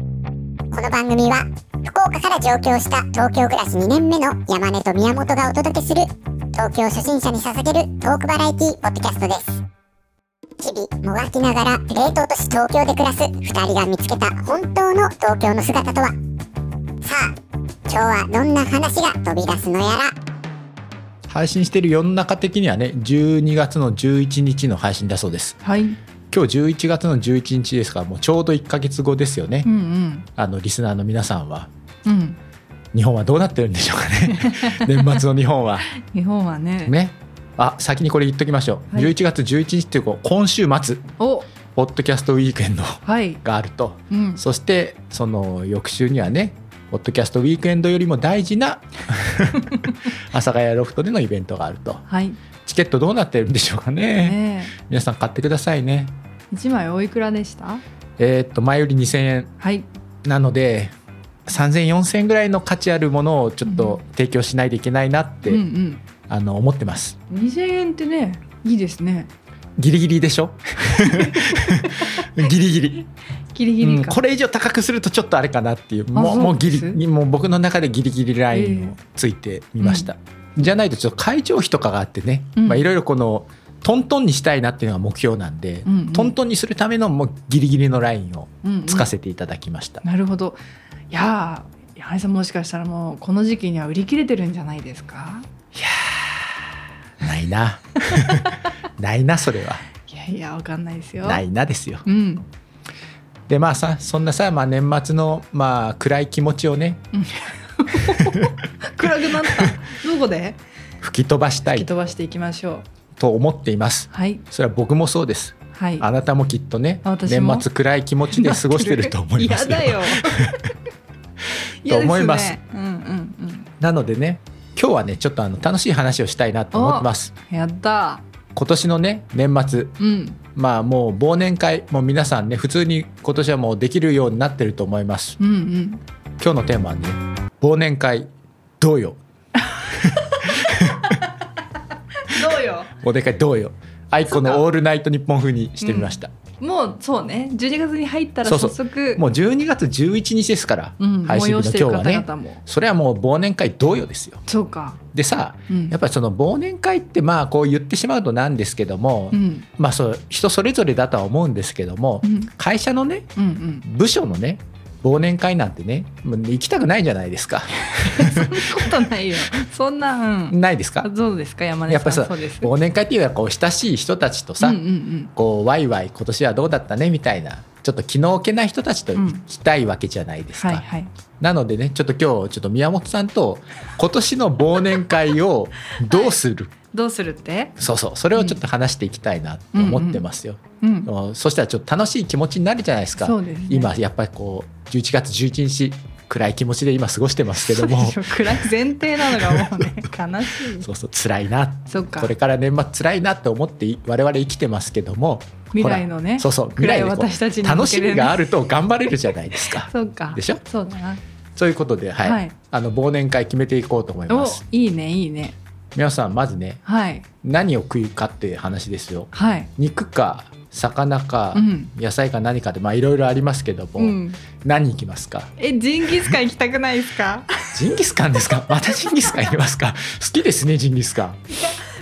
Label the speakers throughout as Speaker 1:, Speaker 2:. Speaker 1: この番組は福岡から上京した東京暮らし2年目の山根と宮本がお届けする東京初心者に捧げるトークバラエティポッドキャストです日々もがきながら冷凍都市東京で暮らす2人が見つけた本当の東京の姿とはさあ今日はどんな話が飛び出すのやら
Speaker 2: 配信してる世の中的にはね12月の11日の配信だそうです
Speaker 3: はい。うん
Speaker 2: 今日11月の11日ですからもうちょうど1ヶ月後ですよね、
Speaker 3: うん。
Speaker 2: あのリスナーの皆さんは
Speaker 3: うん。
Speaker 2: 日本はどうなってるんでしょうかね 年末の日本は
Speaker 3: 日本はね。
Speaker 2: ねあ先にこれ言っときましょう、
Speaker 3: はい
Speaker 2: 11月11日っていうこう今週末
Speaker 3: お、
Speaker 2: ポッドキャストウィークエンド
Speaker 3: はい。
Speaker 2: があると
Speaker 3: うん。
Speaker 2: そしてその翌週にはねポッドキャストウィークエンドよりも大事 な阿佐ヶ谷ロフトでのイベントがあると
Speaker 3: はい。
Speaker 2: チケットどうなってるんでしょうかね
Speaker 3: ね
Speaker 2: 皆さん買ってくださいね
Speaker 3: え、一枚おいくらでした？
Speaker 2: えーっと前より2000円
Speaker 3: はい。
Speaker 2: なので30004000円ぐらいの価値あるものをちょっと提供しないといけないなって、
Speaker 3: うん
Speaker 2: あの思ってます
Speaker 3: うん。二千円ってね、いいですね。
Speaker 2: ギリギリでし ょギリギリ
Speaker 3: ギリギリ
Speaker 2: うん
Speaker 3: か。
Speaker 2: これ以上高くするとちょっとあれかなっていうもう
Speaker 3: そう
Speaker 2: もうギ
Speaker 3: です
Speaker 2: リもう僕の中でギリギリラインをついてみました、じゃないとちょっと会場費とかがあってね、
Speaker 3: うん
Speaker 2: まあいろいろこのトントンにしたいなっていうのが目標なんで、
Speaker 3: うんうん
Speaker 2: トントンにするためのもうギリギリのラインを
Speaker 3: うんうん
Speaker 2: つかせていただきました、
Speaker 3: なるほど。いやー、矢井さんもしかしたらもうこの時期には売り切れてるんじゃないですか？
Speaker 2: ないな ないなそれはい
Speaker 3: やいや、わかんないですよ。
Speaker 2: ないなですよ
Speaker 3: うん。
Speaker 2: でまあさそんなさ、まあ、年末の、まあ、暗い気持ちをね
Speaker 3: 暗く なった。どこで？
Speaker 2: 吹き飛ばした
Speaker 3: 吹き
Speaker 2: い
Speaker 3: 飛ばしていきましょう。
Speaker 2: と思っています
Speaker 3: はい。
Speaker 2: それは僕もそうです
Speaker 3: はい。
Speaker 2: あなたもきっとね
Speaker 3: 私も
Speaker 2: 年末暗い気持ちで過ごしてると思い ます
Speaker 3: 嫌だよ。嫌
Speaker 2: と
Speaker 3: ですね
Speaker 2: 思います。
Speaker 3: うんうんうん。
Speaker 2: なのでね今日はねちょっとあの楽しい話をしたいなと思ってます
Speaker 3: やった。
Speaker 2: 今年のね年末
Speaker 3: うん。
Speaker 2: まあもう忘年会もう皆さんね普通に今年はもうできるようになってると思います
Speaker 3: うんうん。
Speaker 2: 今日のテーマはね忘年会どうよ
Speaker 3: どうよ。
Speaker 2: 忘年会どうよアイコ
Speaker 3: そう
Speaker 2: の
Speaker 3: か
Speaker 2: オールナイトニッポン風にしてみました、
Speaker 3: もうそうね。12月に入ったら
Speaker 2: そうそ
Speaker 3: 早
Speaker 2: う
Speaker 3: 速
Speaker 2: もう12月11日ですから、
Speaker 3: うん
Speaker 2: 配信
Speaker 3: 催
Speaker 2: 日
Speaker 3: して
Speaker 2: の
Speaker 3: る
Speaker 2: 今日は
Speaker 3: 方
Speaker 2: ね
Speaker 3: 々も。
Speaker 2: それはもう忘年会同様ですよ
Speaker 3: そうか。
Speaker 2: でさ
Speaker 3: うん。
Speaker 2: やっぱりその忘年会ってまあこう言ってしまうとなんですけども、
Speaker 3: うん
Speaker 2: まあそう人それぞれだとは思うんですけども、
Speaker 3: うん
Speaker 2: 会社のね
Speaker 3: うんうん。
Speaker 2: 部署のね忘年会なんてねもう行きたくないじゃないですか
Speaker 3: そんなことないよ。そんなうん。
Speaker 2: ないですか
Speaker 3: どうですか山根
Speaker 2: や
Speaker 3: さん。
Speaker 2: っぱさ
Speaker 3: そうです。
Speaker 2: 忘年会っていうのはこう親しい人たちとさ、
Speaker 3: うんうんうん。
Speaker 2: こうワイワイ今年はどうだったねみたいなちょっと気の置けない人たちと行きたいわけじゃないですか、
Speaker 3: はいはい。
Speaker 2: なのでねちょっと今日ちょっと宮本さんと今年の忘年会をどうする、
Speaker 3: どうするって？
Speaker 2: そうそうそれをちょっと話していきたいなと思ってますよ、
Speaker 3: うん。
Speaker 2: そしたらちょっと楽しい気持ちになるじゃないですか
Speaker 3: そうですね。
Speaker 2: 今やっぱりこう11月11日暗い気持ちで今過ごしてますけども
Speaker 3: そうでしょ暗い前提なのがもうね悲しい。
Speaker 2: そう そう辛いな
Speaker 3: そっか
Speaker 2: こ。れから年末辛いなって思ってい我々生きてますけども
Speaker 3: 未来のね。
Speaker 2: そうそう未
Speaker 3: 暗い
Speaker 2: 来でこ
Speaker 3: 私たち
Speaker 2: う
Speaker 3: に向
Speaker 2: 楽
Speaker 3: け
Speaker 2: して
Speaker 3: ね
Speaker 2: みがあると頑張れるじゃないですか
Speaker 3: そうか。
Speaker 2: でしょ
Speaker 3: そうだな。
Speaker 2: ということで、はい
Speaker 3: はい
Speaker 2: あの忘年会決めていこうと思いま
Speaker 3: お
Speaker 2: す、
Speaker 3: いいねいいね。
Speaker 2: 皆さんまずね
Speaker 3: はい
Speaker 2: 何を食うかっていう話ですよ
Speaker 3: はい。
Speaker 2: 肉か魚か、
Speaker 3: うん
Speaker 2: 野菜か何かでまあいろいろありますけども、
Speaker 3: うん。
Speaker 2: 何いきますか
Speaker 3: えジンギスカン行きたくないです か？
Speaker 2: ジンギスカンですか またジンギスカンいきますか好きですねジンギスカン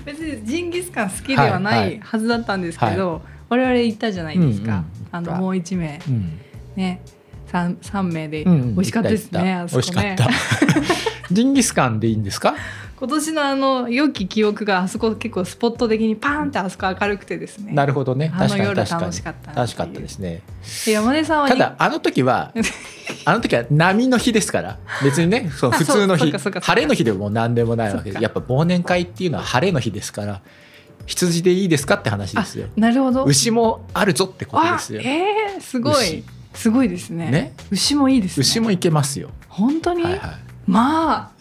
Speaker 3: 別にジンギスカン好きでは
Speaker 2: は
Speaker 3: ない
Speaker 2: はい
Speaker 3: いはずだったんですけど、我々行ったじゃないです
Speaker 2: うんう
Speaker 3: か。
Speaker 2: ん
Speaker 3: あのもう一名
Speaker 2: うん
Speaker 3: ね三三名で
Speaker 2: う
Speaker 3: 美
Speaker 2: ん
Speaker 3: 味しかったですね。
Speaker 2: 行
Speaker 3: あ
Speaker 2: っ
Speaker 3: そ
Speaker 2: た
Speaker 3: こ
Speaker 2: 行
Speaker 3: ね
Speaker 2: った美味しかった ジンギスカンでいいんですか
Speaker 3: 今年のあの良き記憶があそこ結構スポット的にパーンってあそこ明るくてですね。
Speaker 2: なるほどね
Speaker 3: あ
Speaker 2: 確
Speaker 3: の
Speaker 2: かに
Speaker 3: 夜
Speaker 2: 確か
Speaker 3: 楽
Speaker 2: に
Speaker 3: しかったな
Speaker 2: 楽
Speaker 3: っていう
Speaker 2: しかったですね
Speaker 3: で山根さんは
Speaker 2: ただあの時 はあの時は波の日ですから別にねその
Speaker 3: あ
Speaker 2: 普通の
Speaker 3: そう
Speaker 2: 日
Speaker 3: そうかそうかそうか
Speaker 2: 晴れの日でも何でもないわけ
Speaker 3: そ
Speaker 2: で
Speaker 3: っか
Speaker 2: やっぱ忘年会っていうのは晴れの日ですから羊でいいですかって話ですよ
Speaker 3: あなるほど。
Speaker 2: 牛もあるぞってことですよ
Speaker 3: あえー、すごい
Speaker 2: 牛
Speaker 3: すごいですね。
Speaker 2: ね
Speaker 3: 牛もいいですね。
Speaker 2: 牛もいけますよ
Speaker 3: 本当に、
Speaker 2: はいはい
Speaker 3: まあ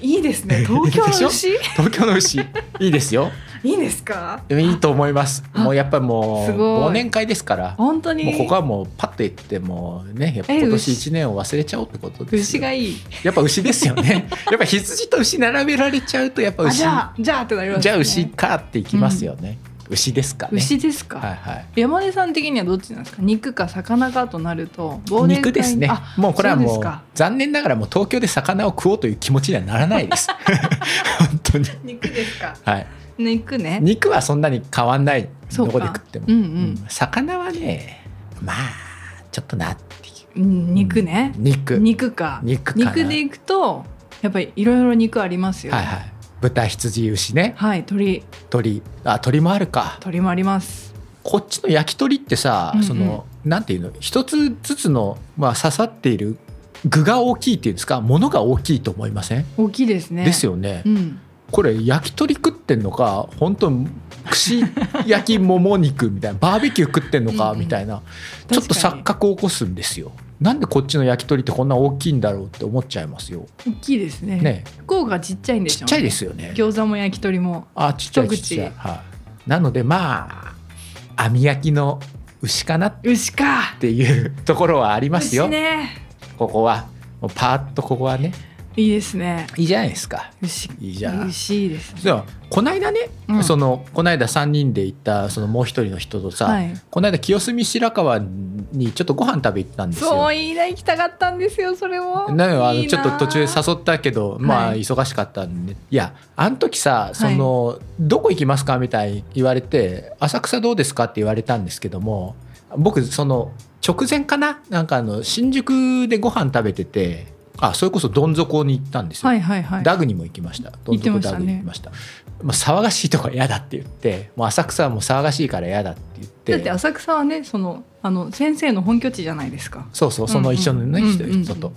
Speaker 3: いいですね。東京の牛
Speaker 2: 東京の牛いいですよ
Speaker 3: いいですか？
Speaker 2: でもいいと思います
Speaker 3: あ
Speaker 2: もうやっぱりもう
Speaker 3: すごい
Speaker 2: 忘年会ですから
Speaker 3: 本当に
Speaker 2: もうここはもうパッと言ってもうねやっぱ
Speaker 3: え
Speaker 2: 今年
Speaker 3: 牛
Speaker 2: 1年を忘れちゃおうってことです
Speaker 3: 牛
Speaker 2: よ
Speaker 3: がいい。
Speaker 2: やっぱ牛ですよね やっぱ羊と牛並べられちゃうとやっぱ
Speaker 3: あ
Speaker 2: 牛
Speaker 3: じゃあじゃあってなります、ね。
Speaker 2: じゃあ牛かっていきますよね、牛ですかね
Speaker 3: 牛ですか、
Speaker 2: はいはい
Speaker 3: 山根さん的にはどっちなんですか肉か魚かとなると忘年会
Speaker 2: 肉ですね
Speaker 3: あ
Speaker 2: もうこれは
Speaker 3: そう
Speaker 2: も
Speaker 3: です
Speaker 2: う
Speaker 3: か
Speaker 2: 残念ながらもう東京で魚を食おうという気持ちにはならないです 本当に
Speaker 3: 肉ですか
Speaker 2: はい
Speaker 3: 肉ね
Speaker 2: 肉はそんなに変わんないど
Speaker 3: そうか
Speaker 2: こで食っても
Speaker 3: うん
Speaker 2: うん魚はねまあちょっとなってい
Speaker 3: うん、うん、肉ね
Speaker 2: う肉
Speaker 3: 肉か
Speaker 2: 肉かな
Speaker 3: 肉でいくとやっぱりいろいろ肉ありますよ
Speaker 2: はいはい豚羊牛ね
Speaker 3: はい、鳥
Speaker 2: 鳥あ鳥もあるか
Speaker 3: 鳥もあります
Speaker 2: こっちの焼き鳥ってさ、
Speaker 3: うんうん
Speaker 2: そのなんていうの一つずつの、まあ、刺さっている具が大きいっていうんですかものが大きいと思いません、
Speaker 3: 大きいですね
Speaker 2: ですよね、
Speaker 3: うん
Speaker 2: これ焼き鳥食ってんのか本当串焼きもも肉みたいなバーベキュー食ってんのか
Speaker 3: うんうん
Speaker 2: みたいなちょっ
Speaker 3: 確
Speaker 2: と
Speaker 3: かに
Speaker 2: 錯覚を起こすんですよなんでこっちの焼き鳥ってこんな大きいんだろうって思っちゃいますよ
Speaker 3: 大きいですね
Speaker 2: ね
Speaker 3: 福岡ちっちゃいんでし
Speaker 2: ち
Speaker 3: ょ
Speaker 2: っちゃいですすよね
Speaker 3: 餃子も焼き鳥も
Speaker 2: あちっちゃい
Speaker 3: 一
Speaker 2: ち
Speaker 3: 口
Speaker 2: っちゃい、はい、なのでまあ網焼きの牛かなっ
Speaker 3: 牛か
Speaker 2: ていうところはありますよ、
Speaker 3: 牛ね
Speaker 2: ここはもうパーッとここはね
Speaker 3: いいですね
Speaker 2: いいじゃないですか
Speaker 3: 牛
Speaker 2: いいじゃん
Speaker 3: 牛いいですね
Speaker 2: でもこないだね、
Speaker 3: うん
Speaker 2: そのこないだ3人で行ったそのもう一人の人とさ、
Speaker 3: はい
Speaker 2: この間清澄白河にちょっとご飯食べ行ったんです
Speaker 3: そ
Speaker 2: よ
Speaker 3: う。いいな行きたかったんですよそれも
Speaker 2: なのあの
Speaker 3: いい
Speaker 2: ちょっと途中
Speaker 3: さ
Speaker 2: 誘ったけどまあ
Speaker 3: はい
Speaker 2: 忙しかったんで、い、やあの時さその、どこ行きますかみたいに言われて浅草どうですかって言われたんですけども僕その直前かななんかあの新宿でご飯食べててあそれこそどん底に行ったんですよ、
Speaker 3: はいはいはい
Speaker 2: ダグにも行きました。どん底ダグに行きました。まあ、騒がしいとか嫌だって言って、もう浅草はもう騒がしいから嫌だって言って。
Speaker 3: だって浅草はねそのあの先生の本拠地じゃないですか
Speaker 2: そうそう、その一緒のね、
Speaker 3: うんうん
Speaker 2: 人
Speaker 3: うんうん
Speaker 2: 人と
Speaker 3: うん。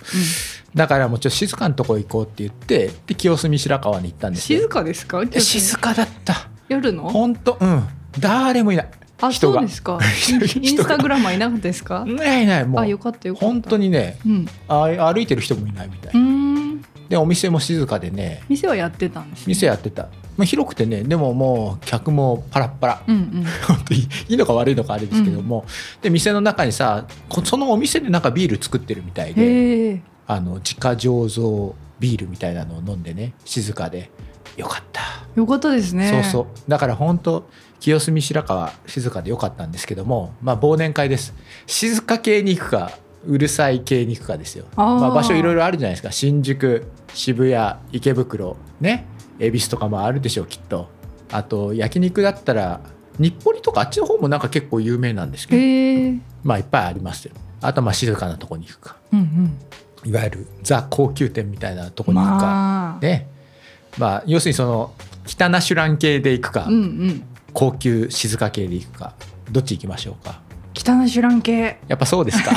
Speaker 2: だからもうちょっと静かなとこ行こうって言って、で、清澄白河に行ったんですよ。
Speaker 3: 静かですか
Speaker 2: いや静かだった。
Speaker 3: 夜の
Speaker 2: ほんと、うん。誰もいない。
Speaker 3: あ
Speaker 2: 人
Speaker 3: そう
Speaker 2: が
Speaker 3: ですか
Speaker 2: 人が
Speaker 3: インスタグラマーいなかったですか
Speaker 2: いないいない、も
Speaker 3: あよ
Speaker 2: う。
Speaker 3: かったよかった
Speaker 2: 本当にね、
Speaker 3: うん
Speaker 2: あ歩いてる人もいないみたいう
Speaker 3: ー。ん
Speaker 2: で、お店も静かでね、
Speaker 3: 店はやってたんですね
Speaker 2: 店やってた。まあ、広くてね、でももう客もパラッパラ。
Speaker 3: うんうん
Speaker 2: 本当にいいのか悪いのかあれですけども、で店の中にさこそのお店でなんかビール作ってるみたいで
Speaker 3: へえ
Speaker 2: あの自家醸造ビールみたいなのを飲んでね静かでよかった、
Speaker 3: よかったですね
Speaker 2: そうそうだから本当清澄白河静かでよかったんですけどもまあ忘年会です静か系に行くかうるさい系に行くかですよ
Speaker 3: あー
Speaker 2: まあ、場所いろいろあるじゃないですか新宿渋谷池袋ね恵比寿とかもあるでしょうきっとあと焼肉だったら日暮里とかあっちの方もなんか結構有名なんですけど
Speaker 3: へえうん
Speaker 2: まあいっぱいありますよあとはまあ静かなとこに行くか
Speaker 3: うん
Speaker 2: いわゆるザ高級店みたいなとこに行くか、
Speaker 3: まあ
Speaker 2: ねまあ要するにその北ナシュラン系で行くか、
Speaker 3: うんうん
Speaker 2: 高級静か系で行くかどっち行きましょうか
Speaker 3: 北のシュラン系
Speaker 2: やっぱそう ですか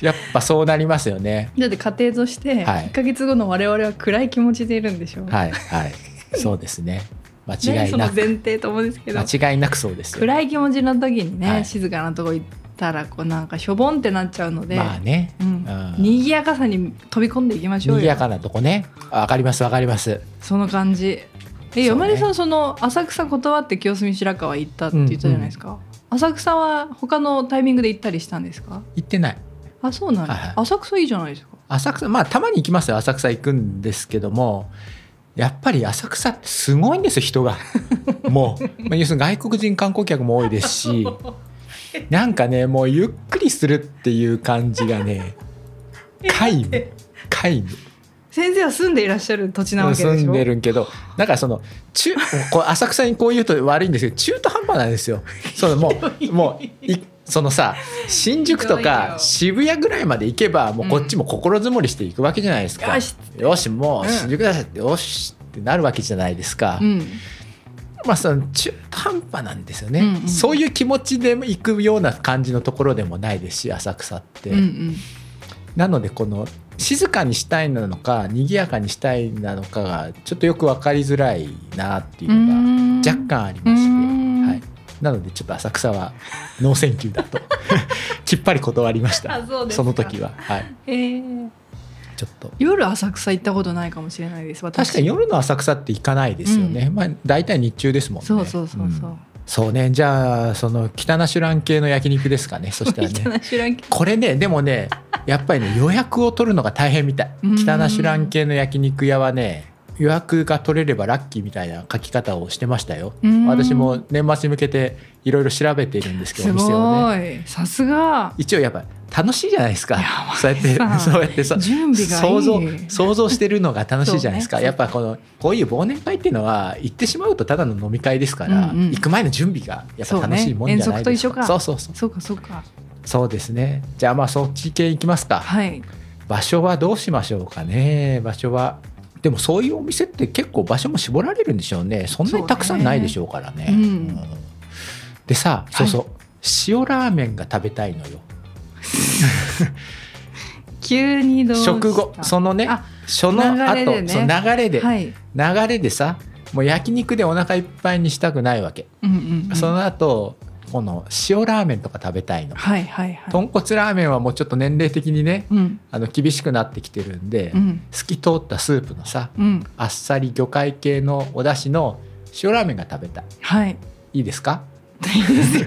Speaker 2: やっぱそうなりますよね
Speaker 3: だって家庭として
Speaker 2: はい
Speaker 3: 1か月後の我々は暗い気持ちでいるんでしょう、
Speaker 2: はいはい、そうですね。間
Speaker 3: ね
Speaker 2: 違い
Speaker 3: その
Speaker 2: な
Speaker 3: 前
Speaker 2: く、
Speaker 3: 提と思うんですけど
Speaker 2: 間違いなくそうですよ。
Speaker 3: 暗い気持ちの時にね、
Speaker 2: はい
Speaker 3: 静かなとこ行ったらこうなんかしょぼんってなっちゃうので、
Speaker 2: まあね、
Speaker 3: うん
Speaker 2: うん
Speaker 3: 賑やかさに飛び込んでいきましょう
Speaker 2: 賑
Speaker 3: よ
Speaker 2: やかなとこね。あわかりますわかります。
Speaker 3: その感じ
Speaker 2: うね
Speaker 3: え山根さんその浅草断って清澄白河行ったって言ったじゃないですか、浅草は他のタイミングで行ったりしたんですか
Speaker 2: 行ってない。
Speaker 3: あそうなんです、
Speaker 2: はいはい
Speaker 3: 浅草いいじゃないですか
Speaker 2: 浅草まあたまに行きますよ。浅草行くんですけども。やっぱり浅草ってすごいんですよ人が もう、まあ、要するに外国人観光客も多いです しなんかねもうゆっくりするっていう感じが ね皆無皆無
Speaker 3: 先生は住んでいらっしゃる土地なわけでしょ
Speaker 2: 住んでるんけどだからその中こう浅草にこう言うと悪いんですけど中途半端なんですよそのもうもういそのさ新宿と
Speaker 3: ひどい
Speaker 2: か
Speaker 3: よ
Speaker 2: 渋谷ぐらいまで行けばもうこっちも心づもりしていくわけじゃないですか、
Speaker 3: よし
Speaker 2: よしもう
Speaker 3: うん
Speaker 2: 新宿だし、よしってなるわけじゃないですか、
Speaker 3: うん
Speaker 2: まあその中途半端なんですよね、
Speaker 3: うんうん
Speaker 2: そういう気持ちで行くような感じのところでもないですし浅草って。
Speaker 3: うんうん
Speaker 2: なのでこの静かにしたいなのか賑やかにしたいなのかがちょっとよく分かりづらいなっていううのが
Speaker 3: ん
Speaker 2: 若干ありまし
Speaker 3: う
Speaker 2: て、
Speaker 3: ん
Speaker 2: はい、なのでちょっと浅草はノーセンキューだと きっぱり断りました
Speaker 3: あそうですか
Speaker 2: の時は、はい、
Speaker 3: えー
Speaker 2: ちょっと
Speaker 3: 夜浅草行ったことないかもしれないです私
Speaker 2: 確かに夜の浅草って行かないですよね、まあ大体日中ですもんね
Speaker 3: そうそうそうそう、
Speaker 2: んそうねじゃあその北ナシュラン系の焼肉ですかねそしたら
Speaker 3: い
Speaker 2: ね
Speaker 3: たな知らんけど
Speaker 2: これねでもねやっぱりね予約を取るのが大変みたい
Speaker 3: うん
Speaker 2: 北ナシュラン系の焼肉屋はね予約が取れればラッキーみたいな書き方をしてましたよ。
Speaker 3: うん
Speaker 2: 私も年末に向けていろいろ調べているんですけど、
Speaker 3: す
Speaker 2: お店をね。
Speaker 3: ごいさすが
Speaker 2: 一応やっぱ楽しいじゃないですか
Speaker 3: いやマ。
Speaker 2: そうやって
Speaker 3: さん
Speaker 2: そうやってさ
Speaker 3: 準備がいい
Speaker 2: 想像想像してるのが楽しいじゃないですか、
Speaker 3: そうね
Speaker 2: やっぱこのこういう忘年会っていうのは行ってしまうとただの飲み会ですから、
Speaker 3: うんうん
Speaker 2: 行く前の準備がやっぱ楽しいもんじゃないです
Speaker 3: そうね遠足と一緒か
Speaker 2: そうそうそう
Speaker 3: そうかそうか
Speaker 2: そうですねじゃあまあそっち系行きますか、
Speaker 3: はい
Speaker 2: 場所はどうしましょうかね場所はでもそういうお店って結構場所も絞られるんでしょうねそんなにたくさんないでしょうからね
Speaker 3: そうねうん
Speaker 2: でさ
Speaker 3: い
Speaker 2: そうそう、塩ラーメンが食べたいのよ
Speaker 3: 急にどうした
Speaker 2: 食後そのね
Speaker 3: あ
Speaker 2: その後
Speaker 3: 流れでね
Speaker 2: その流れで、
Speaker 3: はい
Speaker 2: 流れでさもう焼肉でお腹いっぱいにしたくないわけ、
Speaker 3: うんうんうん
Speaker 2: その後この塩ラーメンとか食べたいの、
Speaker 3: はいはいはい
Speaker 2: 豚骨ラーメンはもうちょっと年齢的にね
Speaker 3: うん
Speaker 2: あの厳しくなってきてるんで、
Speaker 3: うん
Speaker 2: 透き通ったスープのさ
Speaker 3: うん
Speaker 2: あっさり魚介系のお出汁の塩ラーメンが食べたい
Speaker 3: はい
Speaker 2: いいですか
Speaker 3: いいですよ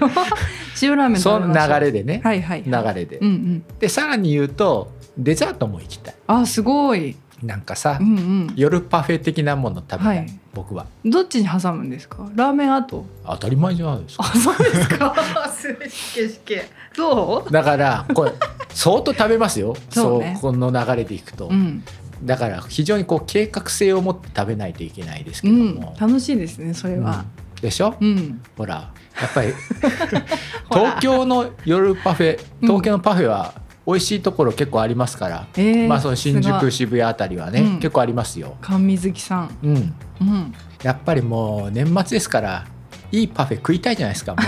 Speaker 3: 塩ラーメン
Speaker 2: そ
Speaker 3: 食
Speaker 2: の
Speaker 3: べましょう
Speaker 2: 流れでね、
Speaker 3: はいはい
Speaker 2: 流れで、
Speaker 3: うんうん
Speaker 2: でさらに言うとデザートも行きたい
Speaker 3: あすごい
Speaker 2: なんかさ、
Speaker 3: うんうん
Speaker 2: 夜パフェ的なもの食べたい、
Speaker 3: はい
Speaker 2: 僕は
Speaker 3: どっちに挟むんですかラーメン後
Speaker 2: 当たり前じゃないですか
Speaker 3: あそうですかすしけしけそ
Speaker 2: だからこれ相当食べますよ
Speaker 3: そ
Speaker 2: そう
Speaker 3: ね
Speaker 2: この流れでいくと、
Speaker 3: うん
Speaker 2: だから非常にこう計画性を持って食べないといけないですけ
Speaker 3: う
Speaker 2: ど
Speaker 3: ん
Speaker 2: も、
Speaker 3: 楽しいですねそれ
Speaker 2: う
Speaker 3: は
Speaker 2: んでしょ、
Speaker 3: うん
Speaker 2: ほらやっぱり
Speaker 3: ほら
Speaker 2: 東京の夜パフェ
Speaker 3: うん
Speaker 2: 東京のパフェは美味しいところ結構ありますから、
Speaker 3: えー
Speaker 2: まあその新
Speaker 3: さす
Speaker 2: 宿
Speaker 3: が
Speaker 2: 渋谷あたりはね、
Speaker 3: うん
Speaker 2: 結構ありますよ、
Speaker 3: 神水木さん
Speaker 2: うん、
Speaker 3: うん
Speaker 2: やっぱりもう年末ですからいいパフェ食いたいじゃないですかも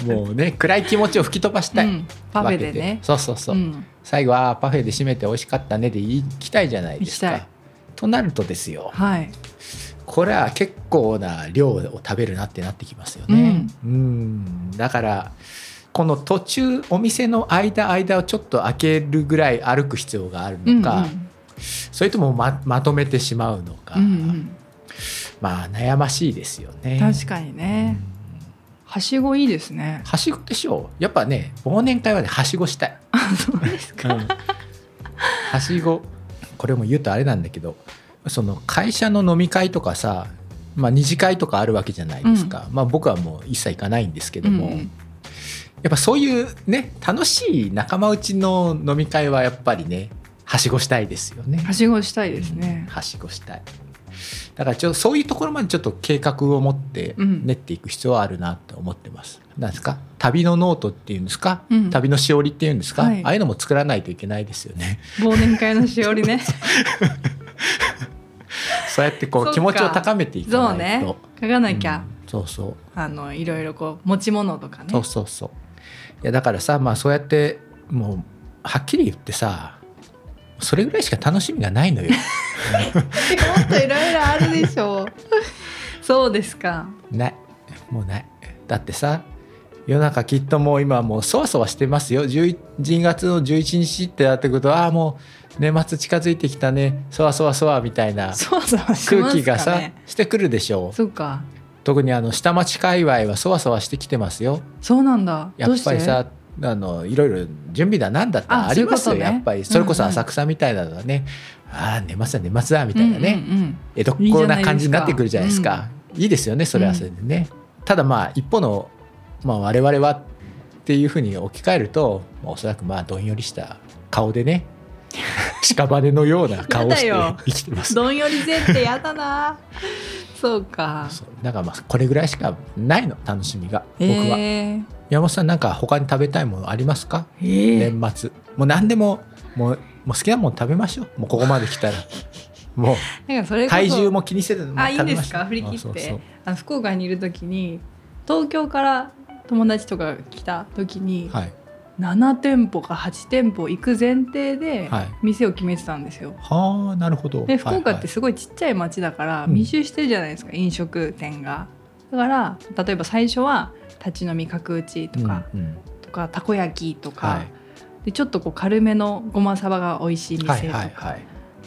Speaker 2: う もうね暗い気持ちを吹き飛ばしたい、
Speaker 3: うんパフェで
Speaker 2: 分け
Speaker 3: ね
Speaker 2: てそうそうそう、
Speaker 3: ん
Speaker 2: 最後はパフェで締めて美味しかったねで行きたいじゃないです
Speaker 3: 行きた
Speaker 2: か
Speaker 3: い。
Speaker 2: となるとですよ
Speaker 3: はい
Speaker 2: これは結構な量を食べるなってなってきますよね。うんだからこの途中お店の間間をちょっと開けるぐらい歩く必要があるのか、それともままとめてしまうのか、
Speaker 3: うんうんうん
Speaker 2: まあ悩ましいですよね。
Speaker 3: うん確かにね
Speaker 2: うん
Speaker 3: はしごいいですね
Speaker 2: はしごでしょうやっぱね忘年会はねはしごしたい。
Speaker 3: あそうですか
Speaker 2: うんはしごこれも言うとあれなんだけどその会社の飲み会とかさ、まあ、二次会とかあるわけじゃないですか、まあ、僕はもう一切行かないんですけども、
Speaker 3: うんう
Speaker 2: や
Speaker 3: ん
Speaker 2: っぱそういうね楽しい仲間内の飲み会はやっぱりねはしごしたいですよね。
Speaker 3: はしごしたいですね
Speaker 2: はしごしたいだからちょそういうところまでちょっと計画を持って
Speaker 3: うん
Speaker 2: 練っていく必要はあるなって思ってます。なんですか旅のノートっていうんですか、
Speaker 3: うん
Speaker 2: 旅のしおりっていうんですか、
Speaker 3: はい
Speaker 2: ああいうのも作らないといけないですよね。
Speaker 3: 忘年会のしおりね
Speaker 2: そうやってこ
Speaker 3: そうっか
Speaker 2: 気持ちを高めていか
Speaker 3: そう
Speaker 2: な
Speaker 3: ね
Speaker 2: いと。
Speaker 3: 書かなきゃ
Speaker 2: うんそうそう
Speaker 3: あのいろいろこう持ち物とかね
Speaker 2: そうそうそう。いやだからさまあそうやってもうはっきり言ってさそれぐらいしか楽しみがないのよ。
Speaker 3: もっといろいろあるでしょう そうですか
Speaker 2: ないもうないだってさ世の中きっともう今もうそわそわしてますよ11 12月の11日ってなってくるとああもう年末近づいてきたねそわそわそわみたいな
Speaker 3: そうそうしま
Speaker 2: 空気
Speaker 3: す
Speaker 2: が
Speaker 3: か
Speaker 2: さ、
Speaker 3: ね
Speaker 2: してくるでしょう
Speaker 3: そうか
Speaker 2: 特にあの下町界隈はそわそわしてきてますよ
Speaker 3: そうなんだ
Speaker 2: やっぱ
Speaker 3: どう
Speaker 2: り
Speaker 3: して
Speaker 2: さあのいろいろ準備だなんだって
Speaker 3: あ
Speaker 2: あります
Speaker 3: そう
Speaker 2: よ
Speaker 3: いうことね
Speaker 2: やっぱりそれこそ
Speaker 3: うんうん
Speaker 2: 浅草みたいなのはね、ああ年末だ年末だみたいなね、
Speaker 3: うんうんうん
Speaker 2: 江戸っ子な感じになってくるじゃないですかいいですよねそれはそれでね、ただまあ一方の、まあ、我々はっていうふうに置き換えると、まあおそらくまあどんよりした顔で ね屍のような顔をして
Speaker 3: やだよ
Speaker 2: 生きてます
Speaker 3: どんよりぜってやだな そうか
Speaker 2: そうだからまあこれぐらいしかないの楽しみが
Speaker 3: え
Speaker 2: 僕は、
Speaker 3: ー
Speaker 2: 山本さんなんか他に食べたいものありますか
Speaker 3: えー
Speaker 2: 年末もう何でももうもう好きなもの食べましょうもうここまで来たらもう
Speaker 3: なんか それこそ
Speaker 2: 体重も気にせずもう
Speaker 3: あいいん
Speaker 2: 食べ
Speaker 3: で
Speaker 2: ますしょう
Speaker 3: か振り切って
Speaker 2: あそうそう
Speaker 3: あの福岡にいる時に東京から友達とか来た時に、
Speaker 2: はい
Speaker 3: 7店舗か8店舗行く前提で
Speaker 2: はい
Speaker 3: 店を決めてたんですよ、
Speaker 2: はあなるほど
Speaker 3: で福岡
Speaker 2: はい
Speaker 3: ってすごいちっちゃい町だから
Speaker 2: うん
Speaker 3: 密集してるじゃないですか、飲食店がだから例えば最初は立ち飲み角打ちとか、
Speaker 2: うんうん
Speaker 3: とかたこ焼きとか、
Speaker 2: はい
Speaker 3: でちょっとこう軽めのごまさばが美味しい
Speaker 2: はい
Speaker 3: 店とか、
Speaker 2: はいはい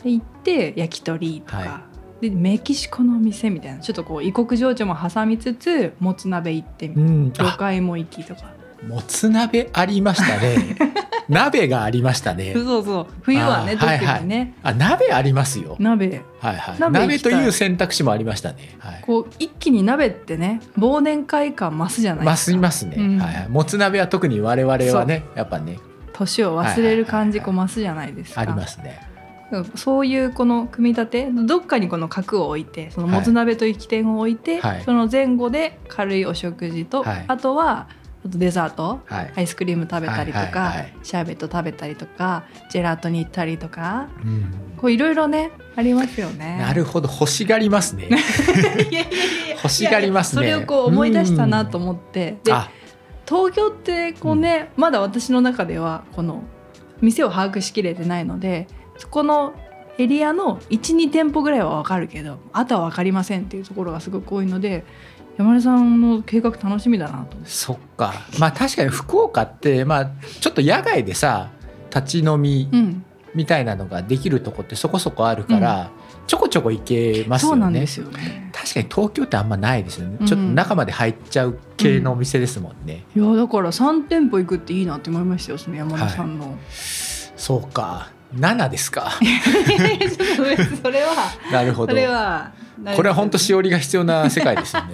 Speaker 3: で行って焼き鳥とか、
Speaker 2: は
Speaker 3: でメキシコのお店みたいなちょっとこう異国情緒も挟みつつもつ鍋行ってみたいな
Speaker 2: うん
Speaker 3: 魚
Speaker 2: あ
Speaker 3: 介も行きとか
Speaker 2: もつ鍋ありました ね鍋がありましたね
Speaker 3: そうそう冬はね
Speaker 2: あー
Speaker 3: 特
Speaker 2: はいはい
Speaker 3: にね、
Speaker 2: あ鍋ありますよ
Speaker 3: 鍋
Speaker 2: はいはい
Speaker 3: 鍋
Speaker 2: 鍋
Speaker 3: 行きた
Speaker 2: と
Speaker 3: い
Speaker 2: いう選択肢もありましたねはい
Speaker 3: こう一気に鍋ってね忘年会感増すじゃない
Speaker 2: ま
Speaker 3: ですす
Speaker 2: す
Speaker 3: か
Speaker 2: いますね、
Speaker 3: うん
Speaker 2: はいはいもつ鍋は特に我々はねやっぱね
Speaker 3: 年を忘れる感じ
Speaker 2: はい
Speaker 3: こ
Speaker 2: は
Speaker 3: う増すじゃないですか、
Speaker 2: ありますね
Speaker 3: そういうこの組み立てどっかにこの角を置いてそのもつ鍋という起点を置いて、
Speaker 2: はい
Speaker 3: その前後で軽いお食事と、
Speaker 2: はい
Speaker 3: あとはあとデザート
Speaker 2: はい、
Speaker 3: アイスクリーム食べたりとか、
Speaker 2: はいはいはい
Speaker 3: シャーベット食べたりとかジェラートに行ったりとか
Speaker 2: うん
Speaker 3: こういろいろねありますよね。
Speaker 2: なるほど欲しがりますね
Speaker 3: いやいやいやいや
Speaker 2: 欲しがりますね
Speaker 3: いやいやそれをこう思い出したなと思ってで
Speaker 2: あ
Speaker 3: 東京ってこうね、まだ私の中ではこの店を把握しきれてないのでそこのエリアの12店舗ぐらいは分かるけどあとは分かりませんっていうところがすごく多いので山根さんの計画楽しみだなと思って
Speaker 2: そっかまあ確かに福岡ってまあちょっと野外でさ立ち飲み
Speaker 3: うん、
Speaker 2: みたいなのができるとこってそこそこあるから、ちょこちょこ行けます
Speaker 3: そ
Speaker 2: よ
Speaker 3: うなん
Speaker 2: ね
Speaker 3: ですよね。
Speaker 2: 確かに東京ってあんまないですよね、
Speaker 3: うん
Speaker 2: ちょっと中まで入っちゃう系のお店ですもんね、
Speaker 3: いやだから3店舗行くっていいなって思いましたよその山根さんの。
Speaker 2: そうか7です か
Speaker 3: ちょっと待ってそれは
Speaker 2: なるほ
Speaker 3: そ
Speaker 2: ど
Speaker 3: れは
Speaker 2: これは本当し
Speaker 3: よ
Speaker 2: おりが必要な世界ですよ ね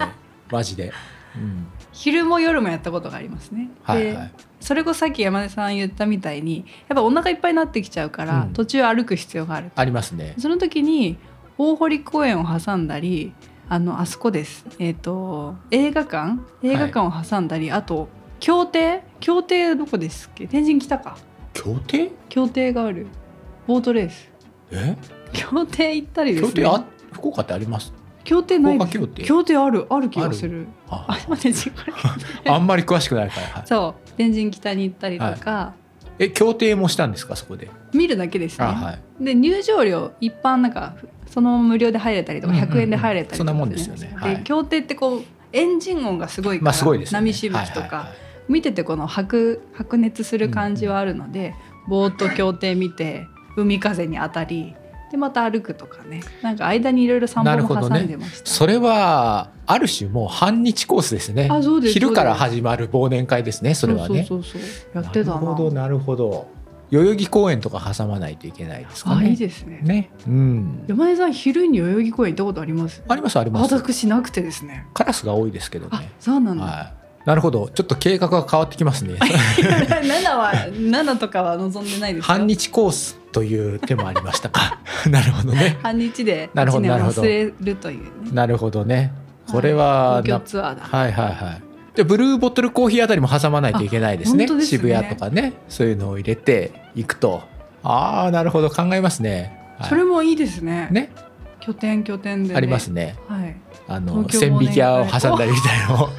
Speaker 2: マジで、うん、
Speaker 3: 昼も夜もやったことがありますね。
Speaker 2: はい
Speaker 3: で
Speaker 2: はい
Speaker 3: それこそさっき山根さん言ったみたいにやっぱお腹いっぱいになってきちゃうから、
Speaker 2: うん
Speaker 3: 途中歩く必要がある
Speaker 2: ありますね
Speaker 3: その時に大堀公園を挟んだりあのあそこですえっ、と映画館映画館を挟んだり、あと協定協定どこですっけ天神北か
Speaker 2: 協定
Speaker 3: 協定があるボートレース
Speaker 2: え
Speaker 3: 協定行ったりです
Speaker 2: 協
Speaker 3: ね
Speaker 2: 定あ福岡ってあります
Speaker 3: 協定ない
Speaker 2: 福
Speaker 3: で
Speaker 2: 岡
Speaker 3: す
Speaker 2: 協定
Speaker 3: 協定あるある気がするあ
Speaker 2: あ
Speaker 3: 待って違う
Speaker 2: あんまり詳しくないから、はい、
Speaker 3: そう天神北に行ったりとか、
Speaker 2: え協定もしたんですかそこで
Speaker 3: 見るだけですね、
Speaker 2: あはい
Speaker 3: で入場料一般なんかそのまま無料で入れたりとか
Speaker 2: うんうんうん
Speaker 3: 100円で入れたりとか、
Speaker 2: そんなもんですよねはい
Speaker 3: 協定ってこうエンジン音がすごいから、
Speaker 2: まあすごいですよね
Speaker 3: 波しぶきとか、
Speaker 2: はいはいはい
Speaker 3: 見ててこの白白熱する感じはあるので、ぼーっと協定見て海風に当たりでまた歩くとかねなんか間にいろいろ散
Speaker 2: な
Speaker 3: 歩
Speaker 2: る
Speaker 3: も
Speaker 2: ほ
Speaker 3: 挟
Speaker 2: どね
Speaker 3: んでました、
Speaker 2: それはある種もう半日コースですね
Speaker 3: あそうです
Speaker 2: 昼から
Speaker 3: そう
Speaker 2: 始まる忘年会ですねそれはね
Speaker 3: そうそうそうやってたな
Speaker 2: るほどなるほど代々木公園とか挟まないといけないですか
Speaker 3: あ
Speaker 2: ね
Speaker 3: いいですね
Speaker 2: ねうん
Speaker 3: 山根さん昼に代々木公園行ったことあります
Speaker 2: ありますあります
Speaker 3: 私なくてですね
Speaker 2: カラスが多いですけど
Speaker 3: あ
Speaker 2: ね
Speaker 3: そうなんだ、
Speaker 2: はいなるほどちょっと計画が変わってきますね
Speaker 3: 7は7とかは望んでないですよ
Speaker 2: 半日コースという手もありましたか なるほどね
Speaker 3: 半日で
Speaker 2: なる
Speaker 3: 1
Speaker 2: ほど
Speaker 3: 年
Speaker 2: なるほ
Speaker 3: 忘
Speaker 2: ど
Speaker 3: れるというね
Speaker 2: なるほどねこれは
Speaker 3: 東
Speaker 2: な
Speaker 3: 京ツアーだ
Speaker 2: はいはいはい。でブルーボトルコーヒーあたりも挟まないといけないですね
Speaker 3: あ本当ですね
Speaker 2: 渋谷とかねそういうのを入れていくとああなるほど考えますね。はい
Speaker 3: それもいいですね
Speaker 2: ね
Speaker 3: 拠点拠点でね
Speaker 2: ありますね
Speaker 3: はい
Speaker 2: あの
Speaker 3: 東京
Speaker 2: 千
Speaker 3: 忘年会
Speaker 2: 匹屋を挟んだりみたいな の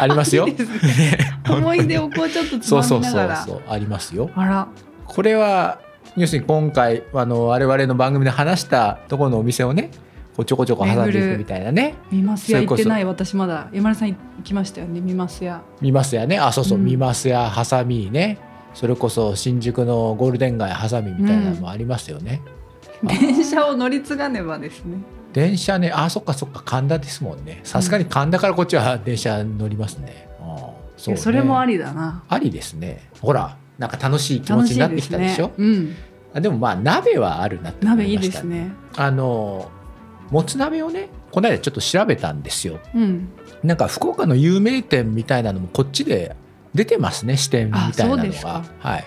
Speaker 2: ありますよ。
Speaker 3: い いですね思い出をこうちょっとつ
Speaker 2: そう
Speaker 3: ま
Speaker 2: そう
Speaker 3: みなが
Speaker 2: そう
Speaker 3: ら
Speaker 2: そうありますよ。
Speaker 3: あら
Speaker 2: これは要するに今回あの我々の番組で話したところのお店をねこうちょこちょこ挟んでいくみたいなね
Speaker 3: 見ますや
Speaker 2: それ
Speaker 3: 行
Speaker 2: こ
Speaker 3: っ
Speaker 2: そ
Speaker 3: てない私まだ山根さん行きましたよね見ますや
Speaker 2: 見ますやねあそうそう、
Speaker 3: うん
Speaker 2: 見ますやハサミねそれこそ新宿のゴールデン街ハサミみたいなのもありますよね、あ
Speaker 3: 電車を乗り継がねばですね
Speaker 2: 電車ねあそっかそっか神田ですもんねさすがに神田からこっちは電車乗りますね、ああ
Speaker 3: そ
Speaker 2: そうね
Speaker 3: それもありだな
Speaker 2: ありですねほらなんか楽しい気持
Speaker 3: 楽
Speaker 2: ち
Speaker 3: し
Speaker 2: にないって
Speaker 3: で
Speaker 2: き
Speaker 3: す
Speaker 2: たで
Speaker 3: ね
Speaker 2: しょ
Speaker 3: うん
Speaker 2: あでもまあ鍋はあるなって思
Speaker 3: 鍋い
Speaker 2: い
Speaker 3: い
Speaker 2: ま
Speaker 3: で
Speaker 2: した
Speaker 3: すね
Speaker 2: あのもつ鍋をねこの間ちょっと調べたんですよ
Speaker 3: うん
Speaker 2: なんか福岡の有名店みたいなのもこっちで出てますね支店みたいな
Speaker 3: あそう
Speaker 2: の
Speaker 3: です
Speaker 2: が
Speaker 3: か
Speaker 2: はい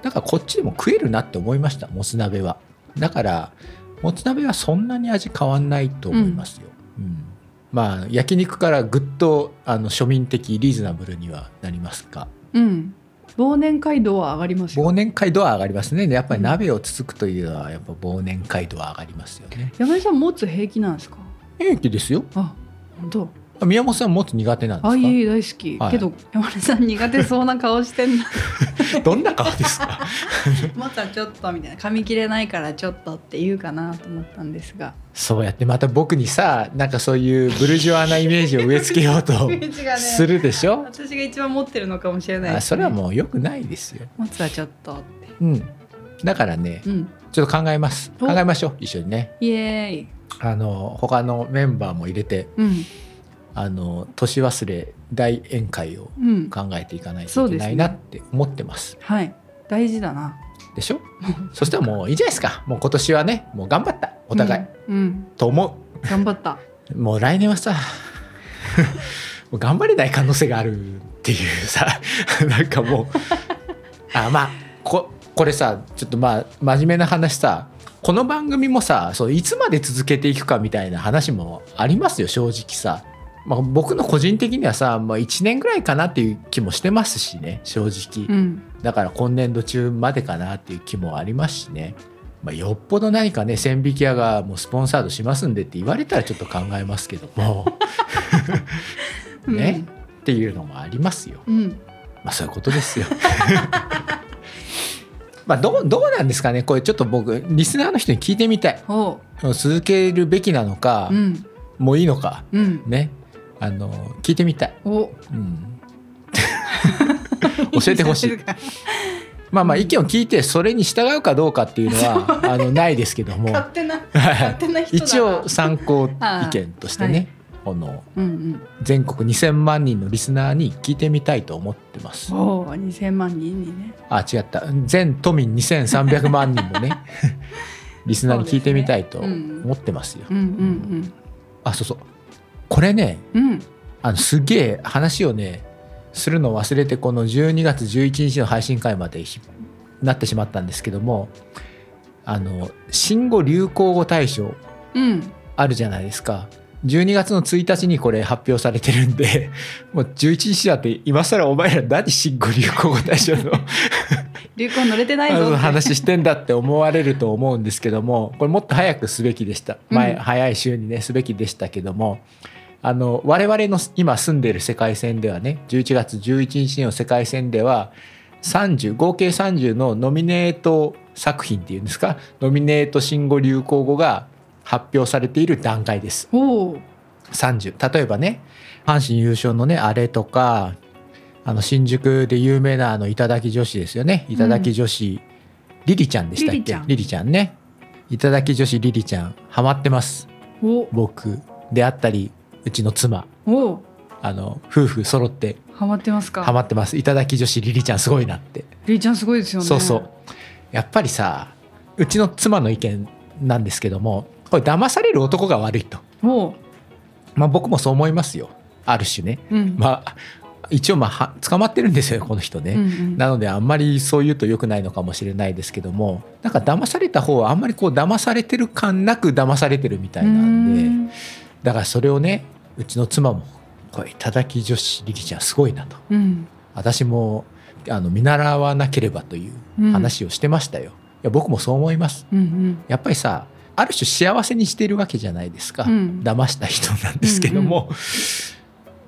Speaker 2: だからこっちでも食えるなって思いましたもつ鍋はだからもつ鍋はそんなに味変わんないと思いますよ、うんまあ焼肉からぐっとあの庶民的リーズナブルにはなりますか
Speaker 3: うん忘年会度は上がりますよ
Speaker 2: 忘年会度は上がりますねやっぱり鍋をつつくというのはやっぱ忘年会度は上がりますよね
Speaker 3: 山根さん持つ平気なんですか
Speaker 2: 平気ですよ
Speaker 3: あ本当
Speaker 2: あ宮本さんもつ苦手なんですか
Speaker 3: あいえいえ大好き、
Speaker 2: はい
Speaker 3: けど山根さん苦手そうな顔してんな
Speaker 2: どんな顔ですか
Speaker 3: またちょっとみたいな噛み切れないからちょっとって言うかなと思ったんですが
Speaker 2: そうやってまた僕にさなんかそういうブルジョアなイメージを植え付けよう と
Speaker 3: イメージがね
Speaker 2: するでしょ、
Speaker 3: 私が一番持ってるのかもしれない
Speaker 2: あそれは
Speaker 3: う
Speaker 2: もう良くないですよ、
Speaker 3: 持つはちょっとって
Speaker 2: うん、だからね
Speaker 3: うん
Speaker 2: ちょっと考えます
Speaker 3: お
Speaker 2: 考えましょう一緒にね
Speaker 3: イエーイ
Speaker 2: あの他のメンバーも入れて
Speaker 3: うん
Speaker 2: あの年忘れ大宴会を
Speaker 3: うん
Speaker 2: 考えていかない
Speaker 3: そ
Speaker 2: と
Speaker 3: う
Speaker 2: いけ
Speaker 3: ですね
Speaker 2: ないなって思ってます。
Speaker 3: はい大事だな
Speaker 2: でしょそしたらもういいじゃないですかもう今年はねもう頑張ったお互い、
Speaker 3: うん、うん
Speaker 2: と思
Speaker 3: 頑張った
Speaker 2: うもう来年はさもう頑張れない可能性があるっていうさ なんかもうあまあここれさちょっとまあ真面目な話さこの番組もさそういつまで続けていくかみたいな話もありますよ正直さ、まあ、僕の個人的にはさ、まあ、1年ぐらいかなっていう気もしてますしね正直、
Speaker 3: うん
Speaker 2: だから今年度中までかなっていう気もありますしね、まあ、よっぽど何かね千引き屋がもうスポンサードしますんでって言われたらちょっと考えますけど もね、っていうのもありますよ
Speaker 3: うん、うん
Speaker 2: まあそういうことですよ。 まあどうどうなんですかねこれちょっと僕リスナーの人に聞いてみたい
Speaker 3: おう
Speaker 2: 続けるべきなのか、
Speaker 3: うん
Speaker 2: もういいのか
Speaker 3: うん
Speaker 2: ねあの聞いてみたい、
Speaker 3: お
Speaker 2: うん、教えてほ しいまあまあ意見を聞いてそれに従うかどうかっていうのはあのないですけども
Speaker 3: 勝手な勝手な人だな
Speaker 2: 一応参考
Speaker 3: ああ
Speaker 2: 意見としてね、
Speaker 3: はい
Speaker 2: この
Speaker 3: うん
Speaker 2: 全国2,000万人のリスナーに聞いてみたいと思ってま
Speaker 3: う
Speaker 2: す
Speaker 3: んおう2000万人にね
Speaker 2: あ違った全都民2,300万人 のねリスナーに聞いてみたいと
Speaker 3: そうですねうん
Speaker 2: 思ってますよ
Speaker 3: うんうん
Speaker 2: あそうそうこれね
Speaker 3: うんうん
Speaker 2: あのすげえ話をねするのを忘れてこの12月11日の配信会までひなってしまったんですけどもあの新語・流行語大賞
Speaker 3: うん
Speaker 2: あるじゃないですか12月の1日にこれ発表されてるんで もう11日だって今更お前ら何新語・流行語大賞の
Speaker 3: 流行乗れてないぞ
Speaker 2: あ
Speaker 3: っ
Speaker 2: の
Speaker 3: て
Speaker 2: 話してんだって思われると思うんですけどもこれもっと早くすべきでした前、
Speaker 3: うん
Speaker 2: 早い週にねすべきでしたけどもあの我々の今住んでいる世界線ではね11月11日の世界線では30合計30のノミネート作品っていうんですかノミネート新語・流行語が発表されている段階です。
Speaker 3: おう
Speaker 2: 30例えばね阪神優勝のねあれとかあの新宿で有名なあの頂き女子ですよね頂き女子、リリちゃんでしたっけ
Speaker 3: リリちゃん
Speaker 2: リリちゃんね頂き女子リリちゃんハマってます
Speaker 3: お
Speaker 2: 僕であったりうちの妻
Speaker 3: おう
Speaker 2: あの夫婦揃って
Speaker 3: ハマってますか
Speaker 2: ハマってます頂き女子リリちゃんすごいなって
Speaker 3: りーちゃんすごいですよね
Speaker 2: そうそうやっぱりさうちの妻の意見なんですけどもこれ騙される男が悪いと、
Speaker 3: おう
Speaker 2: まあ、僕もそう思いますよある種ね
Speaker 3: うん
Speaker 2: まあ一応まあは捕まってるんですよこの人
Speaker 3: うんう
Speaker 2: ね、
Speaker 3: ん
Speaker 2: なのであんまりそう言うと良くないのかもしれないですけどもなんか騙された方はあんまりこう騙されてる感なく騙されてるみたいなんで
Speaker 3: うん
Speaker 2: だからそれをねうちの妻も「これ頂き女子力ちゃんすごいな」と
Speaker 3: うん
Speaker 2: 私もあの見習わなければという話をしてましたよ、いや僕もそう思います
Speaker 3: うんうん
Speaker 2: やっぱりさある種幸せにしてるわけじゃないですか、
Speaker 3: うん
Speaker 2: 騙した人なんですけども、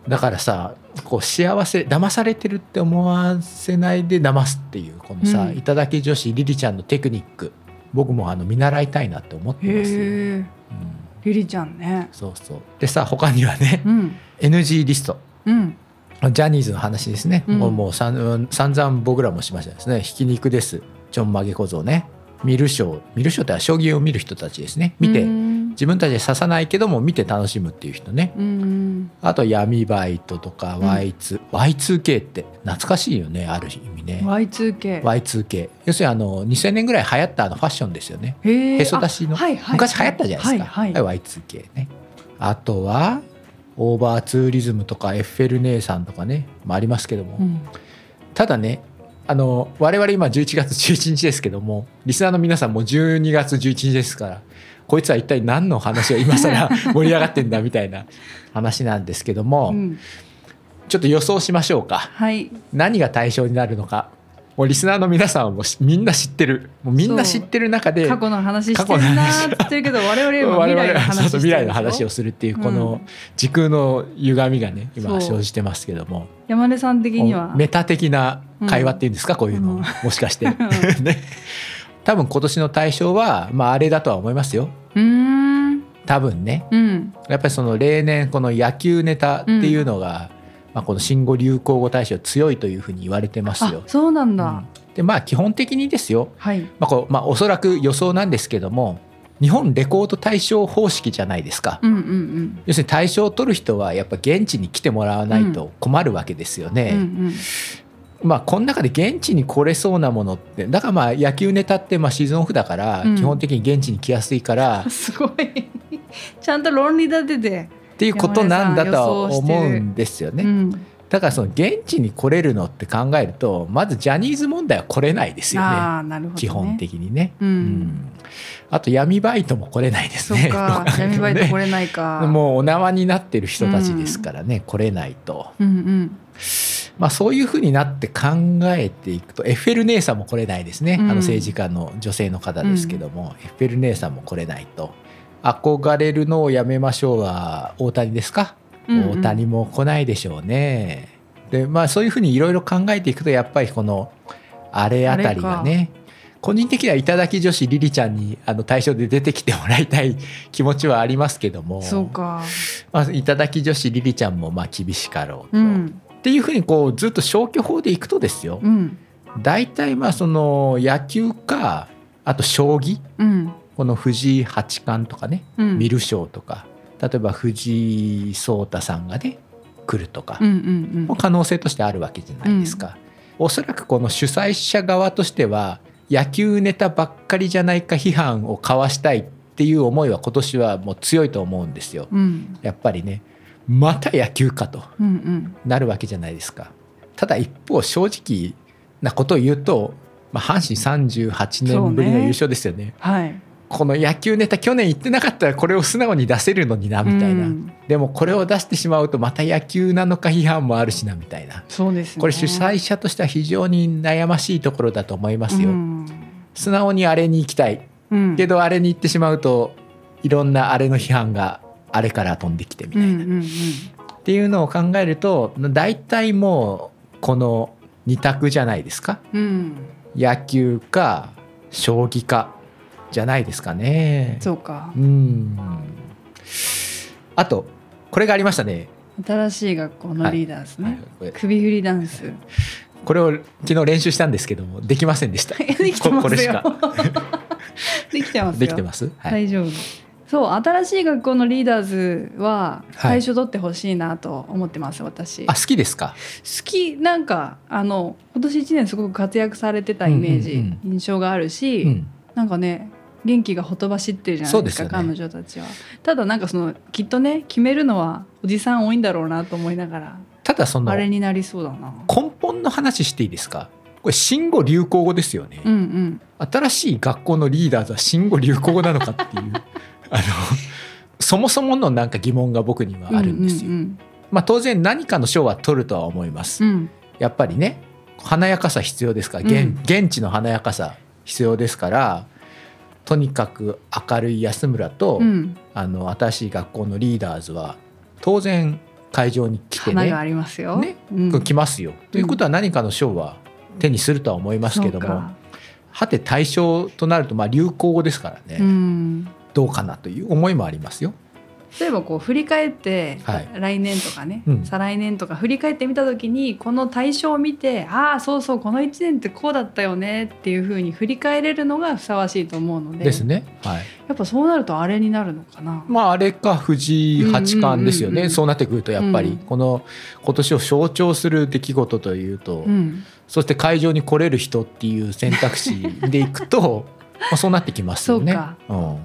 Speaker 2: だからさこう幸せ騙されてるって思わせないで騙すっていうこのさ、
Speaker 3: うん
Speaker 2: 頂き女子リリちゃんのテクニック僕もあの見習いたいなって思ってますよ、うん、
Speaker 3: へえりりちゃんね
Speaker 2: そうそうでさ他にはね
Speaker 3: う、ん
Speaker 2: NG リスト
Speaker 3: うん
Speaker 2: ジャニーズの話ですね、
Speaker 3: うん
Speaker 2: もうもうさん散々僕らもしましたですねひき肉ですちょんまげ小僧ね見る将見る将ってのは将棋を見る人たちですね見て、
Speaker 3: うん
Speaker 2: 自分たちで刺さないけども見て楽しむっていう人ね
Speaker 3: うん
Speaker 2: あと闇バイトとか
Speaker 3: うん
Speaker 2: Y2、Y2K って懐かしいよねある意味ね
Speaker 3: Y2K
Speaker 2: Y2K 要するにあの2000年ぐらい流行ったあのファッションですよね
Speaker 3: へ
Speaker 2: へそ出しの
Speaker 3: あはいはい
Speaker 2: 昔流行ったじゃないですか、
Speaker 3: はいはい、
Speaker 2: はい Y2K ねあとはオーバーツーリズムとかエッフェル姉さんとかね、まあ、ありますけども、
Speaker 3: うん
Speaker 2: ただねあの我々今11月11日ですけどもリスナーの皆さんも12月11日ですからこいつは一体何の話が今 更盛り上がってんだみたいな話なんですけども、
Speaker 3: うん
Speaker 2: ちょっと予想しましょうか
Speaker 3: はい
Speaker 2: 何が対象になるのかもうリスナーの皆さんはもうしみんな知ってるもうみんな知ってる中で
Speaker 3: 過去の話してるなーって言ってるけど我々は
Speaker 2: 我
Speaker 3: 未
Speaker 2: 々
Speaker 3: 来の
Speaker 2: はそう
Speaker 3: 話
Speaker 2: そう
Speaker 3: し
Speaker 2: 未
Speaker 3: て
Speaker 2: 来
Speaker 3: る
Speaker 2: の
Speaker 3: んです
Speaker 2: 話
Speaker 3: よ
Speaker 2: をするっていう
Speaker 3: うん
Speaker 2: この時空の歪みがね今
Speaker 3: そう
Speaker 2: 生じてますけども
Speaker 3: 山根さん的には
Speaker 2: メタ的な会話っていうんですか、こういうの、
Speaker 3: うん
Speaker 2: もしかして、 ね多分今年の対象は、まあ、あれだとは思いますよ
Speaker 3: うーん
Speaker 2: 多分ね
Speaker 3: うん
Speaker 2: やっぱりその例年この野球ネタっていうのが、まあ、この新語・流行語大賞強いというふうに言われてます
Speaker 3: あ
Speaker 2: よ。
Speaker 3: そうなんだ、
Speaker 2: うんでまあ基本的にですよ、
Speaker 3: はい
Speaker 2: まあこうまあ、おそらく予想なんですけども日本レコード大賞方式じゃないですか、
Speaker 3: うんうんうん
Speaker 2: 要するに大賞を取る人はやっぱ現地に来てもらわないと困るわけですよ
Speaker 3: うんう
Speaker 2: ね、
Speaker 3: ん
Speaker 2: まあこの中で現地に来れそうなものってだからまあ野球ネタってまあシーズンオフだから
Speaker 3: うん
Speaker 2: 基本的に現地に来やすいから、
Speaker 3: あすごい ちゃんと論理立てて、
Speaker 2: っていうことなんだとは思うんですよね、
Speaker 3: うん
Speaker 2: だからその現地に来れるのって考えるとまずジャニーズ問題は来れないですよね
Speaker 3: ああなるほど、ね、
Speaker 2: 基本的にね、
Speaker 3: うん
Speaker 2: うんあと闇バイトも来れないです
Speaker 3: そ
Speaker 2: ね
Speaker 3: っか
Speaker 2: どう考えて
Speaker 3: 闇
Speaker 2: も
Speaker 3: バ
Speaker 2: ね
Speaker 3: イト来れな いか
Speaker 2: もうお縄になってる人たちですからね、来れないと、
Speaker 3: う、うんうん、
Speaker 2: まあ、そういうふうになって考えていくとエッフェル姉さんも来れないですね、
Speaker 3: うん
Speaker 2: あの政治家の女性の方ですけども、エッフェル姉さんも来れないと憧れるのをやめましょうは大谷ですか、
Speaker 3: うんうん
Speaker 2: 大谷も来ないでしょうねでまあそういうふうにいろいろ考えていくとやっぱりこのあれあたりがね個人的には頂き女子リリちゃんにあの対象で出てきてもらいたい気持ちはありますけども
Speaker 3: そうか
Speaker 2: まあ、頂き女子リリちゃんもまあ厳しかろうと、
Speaker 3: うん
Speaker 2: っていうふうにこうずっと消去法でいくとですよ
Speaker 3: うん
Speaker 2: 大体まあその野球かあと将棋
Speaker 3: うん
Speaker 2: この藤井八冠とかね
Speaker 3: うん
Speaker 2: 観る将とか例えば藤井聡太さんがね来るとか
Speaker 3: うんうん
Speaker 2: も可能性としてあるわけじゃないですか。おそらくこの主催者側としては野球ネタばっかりじゃないか批判を交わしたいっていう思いは今年はもう強いと思うんですよ。
Speaker 3: うんうん
Speaker 2: やっぱりねまた野球かと
Speaker 3: うんうん
Speaker 2: なるわけじゃないですかただ一方正直なことを言うと、まあ、阪神38年ぶりの優勝ですよね
Speaker 3: はい
Speaker 2: この野球ネタ去年言ってなかったらこれを素直に出せるのになみたいな、
Speaker 3: うん
Speaker 2: でもこれを出してしまうとまた野球なのか批判もあるしなみたいな
Speaker 3: そうですね
Speaker 2: これ主催者としては非常に悩ましいところだと思いますよ、
Speaker 3: うん
Speaker 2: 素直にあれに行きたい
Speaker 3: うん
Speaker 2: けどあれに行ってしまうといろんなあれの批判があれから飛んできてみた
Speaker 3: う
Speaker 2: い
Speaker 3: ん
Speaker 2: な、
Speaker 3: うんうん
Speaker 2: っていうのを考えると大体もうこの2択じゃないですか
Speaker 3: うん
Speaker 2: 野球か将棋かじゃないですかね
Speaker 3: そうか
Speaker 2: うんあとこれがありましたね、
Speaker 3: 新しい学校のリーダーですね、
Speaker 2: はいこれ
Speaker 3: 首振りダンス
Speaker 2: これを昨日練習したんですけどもできませんでした
Speaker 3: でき て
Speaker 2: こ
Speaker 3: ま
Speaker 2: これ
Speaker 3: す
Speaker 2: し
Speaker 3: よ
Speaker 2: か
Speaker 3: できてますよ
Speaker 2: できてます、はい
Speaker 3: 大丈夫そう新しい学校のリーダーズは
Speaker 2: はい
Speaker 3: 最初取ってほしいなと思ってます、私
Speaker 2: あ
Speaker 3: 好
Speaker 2: 好きですか
Speaker 3: きなんかあの今年1年すごく活躍されてたイメージ、
Speaker 2: うんうん
Speaker 3: 印象があるし、
Speaker 2: うん
Speaker 3: なんかね元気がほとばしってるじゃないで
Speaker 2: そ
Speaker 3: すか
Speaker 2: うですよね
Speaker 3: 彼女たちはただなんかそのきっとね決めるのはおじさん多いんだろうなと思いながら
Speaker 2: ただその
Speaker 3: あれ
Speaker 2: 根
Speaker 3: になりそうだな
Speaker 2: 本の話していいですかこれ新語流行語ですよね、
Speaker 3: うんうん
Speaker 2: 新しい学校のリーダーズは新語・流行語なのかっていう あのそもそものなんか疑問が僕にはあるんですよ。
Speaker 3: うん
Speaker 2: まあ、当然何かの賞は取るとは思いま
Speaker 3: う
Speaker 2: す。
Speaker 3: んうん、
Speaker 2: やっぱりね華やかさ必要ですから現,、
Speaker 3: うん
Speaker 2: 現地の華やかさ必要ですからとにかく明るい安村と、
Speaker 3: うんうん
Speaker 2: あの新しい学校のリーダーズは当然会場に来て
Speaker 3: 花があ
Speaker 2: ね
Speaker 3: りますよ、
Speaker 2: ね
Speaker 3: うん
Speaker 2: 来ますよ。ということは何かの賞は手にするとは思いますけど
Speaker 3: そ
Speaker 2: も
Speaker 3: う。か
Speaker 2: はて対象となると、まあ、流行語ですからね、
Speaker 3: うん
Speaker 2: どうかなという思いもありますよ。
Speaker 3: 例えばこう振り返って、
Speaker 2: はい
Speaker 3: 来年とかね、
Speaker 2: うん
Speaker 3: 再来年とか振り返ってみた時にこの対象を見てああそうそうこの1年ってこうだったよねっていうふうに振り返れるのがふさわしいと思うので
Speaker 2: ですね。はい、
Speaker 3: やっぱそうなるとあれになるのかな。
Speaker 2: まああれか藤井八冠ですよね、
Speaker 3: うんうんうんうん
Speaker 2: そうなってくるとやっぱり、
Speaker 3: うん
Speaker 2: この今年を象徴する出来事というと、
Speaker 3: うん、
Speaker 2: そして会場に来れる人っていう選択肢でいくと まあそうなってきますよね。
Speaker 3: そうか
Speaker 2: うん、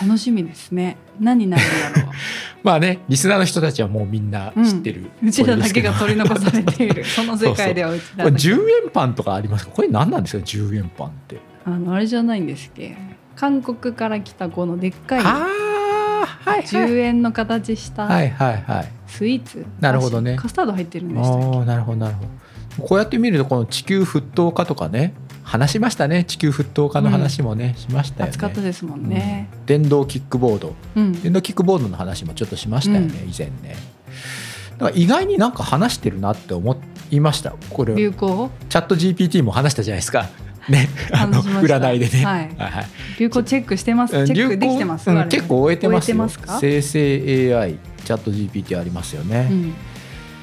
Speaker 3: 楽しみですね何になるんだろ
Speaker 2: まあねリスナーの人たちはもうみんな知ってる、
Speaker 3: ううちらだけが
Speaker 2: こ
Speaker 3: 取り残されているその世界ではうちら
Speaker 2: れ
Speaker 3: だけ
Speaker 2: 10円パンとかありますかこれ何なんですか10円パンって。
Speaker 3: あのあれじゃないんですっけ韓国から来たこのでっかい
Speaker 2: ああはいはい
Speaker 3: 10円の形した
Speaker 2: はいはいはい。
Speaker 3: スイーツ、
Speaker 2: なるほどね
Speaker 3: カスタード入ってるんでしたっけ
Speaker 2: ああなるほどなるほどこうやって見るとこの地球沸騰化とかね話しましたね地球沸騰化の話もね、しましたよね
Speaker 3: 暑かったですもんね。
Speaker 2: うん電動キックボード
Speaker 3: うん。
Speaker 2: 電動キックボードの話もちょっとしましたよね、以前ねだから意外になんか話してるなって思いましたこれチ
Speaker 3: 流行
Speaker 2: ャット GPT も話したじゃないですかねあの
Speaker 3: 話しました
Speaker 2: 占いでね、
Speaker 3: はい
Speaker 2: はいはい
Speaker 3: 流行チェックしてます。チェックできてます。
Speaker 2: うん
Speaker 3: 我々
Speaker 2: 結構終えてますよ
Speaker 3: 終えてますか
Speaker 2: 生成 AI チャット GPT ありますよね、
Speaker 3: うん。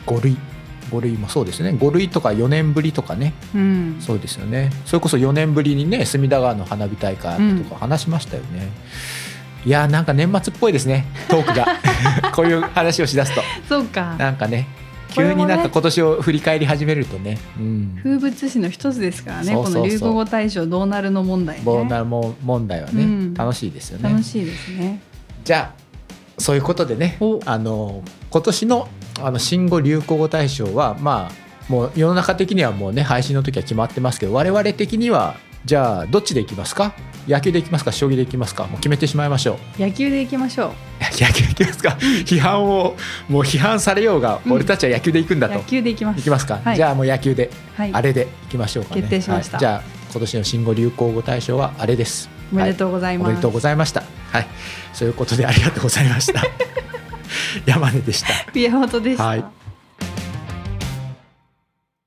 Speaker 2: 5類5類もそうですね5類とか4年ぶりとかね
Speaker 3: うん
Speaker 2: そうですよねそれこそ4年ぶりにね隅田川の花火大会とか話しましたよね、いやーなんか年末っぽいですねトークが こういう話をしだすと
Speaker 3: そうか
Speaker 2: なんかね
Speaker 3: これ
Speaker 2: 急
Speaker 3: もね
Speaker 2: になんか今年を振り返り始めるとねうん
Speaker 3: 風物詩の一つですから
Speaker 2: そ
Speaker 3: ね
Speaker 2: うそうそう
Speaker 3: この流行語大賞どうなるの問題ね
Speaker 2: ボーナルも問題はね、
Speaker 3: うん
Speaker 2: 楽しいですよね
Speaker 3: 楽しいですね
Speaker 2: じゃあそういうことでね
Speaker 3: お
Speaker 2: あの今年のあの新語・流行語大賞はまあもう世の中的にはもうね配信の時は決まってますけど我々的にはじゃあどっちでいきますか野球でいきますか将棋でいきますかもう決めてしまいましょう
Speaker 3: 野球でいきましょ
Speaker 2: 野球でいきますか批判をもう批判されようが
Speaker 3: うん
Speaker 2: 俺たちは野球でいくん
Speaker 3: う
Speaker 2: だと、
Speaker 3: 野球でいきま
Speaker 2: い
Speaker 3: す
Speaker 2: きますか、
Speaker 3: はい
Speaker 2: じゃあもう野球で、
Speaker 3: はい
Speaker 2: あれでいきましょうかね
Speaker 3: 決定しました
Speaker 2: はいじゃあ今年の新語・流行語大賞はあれです
Speaker 3: おめでとうござい
Speaker 2: お
Speaker 3: ます、
Speaker 2: めでとうございました。はい、 そういうことでありがとうございました。山根でした。
Speaker 3: 宮本でした、
Speaker 2: はい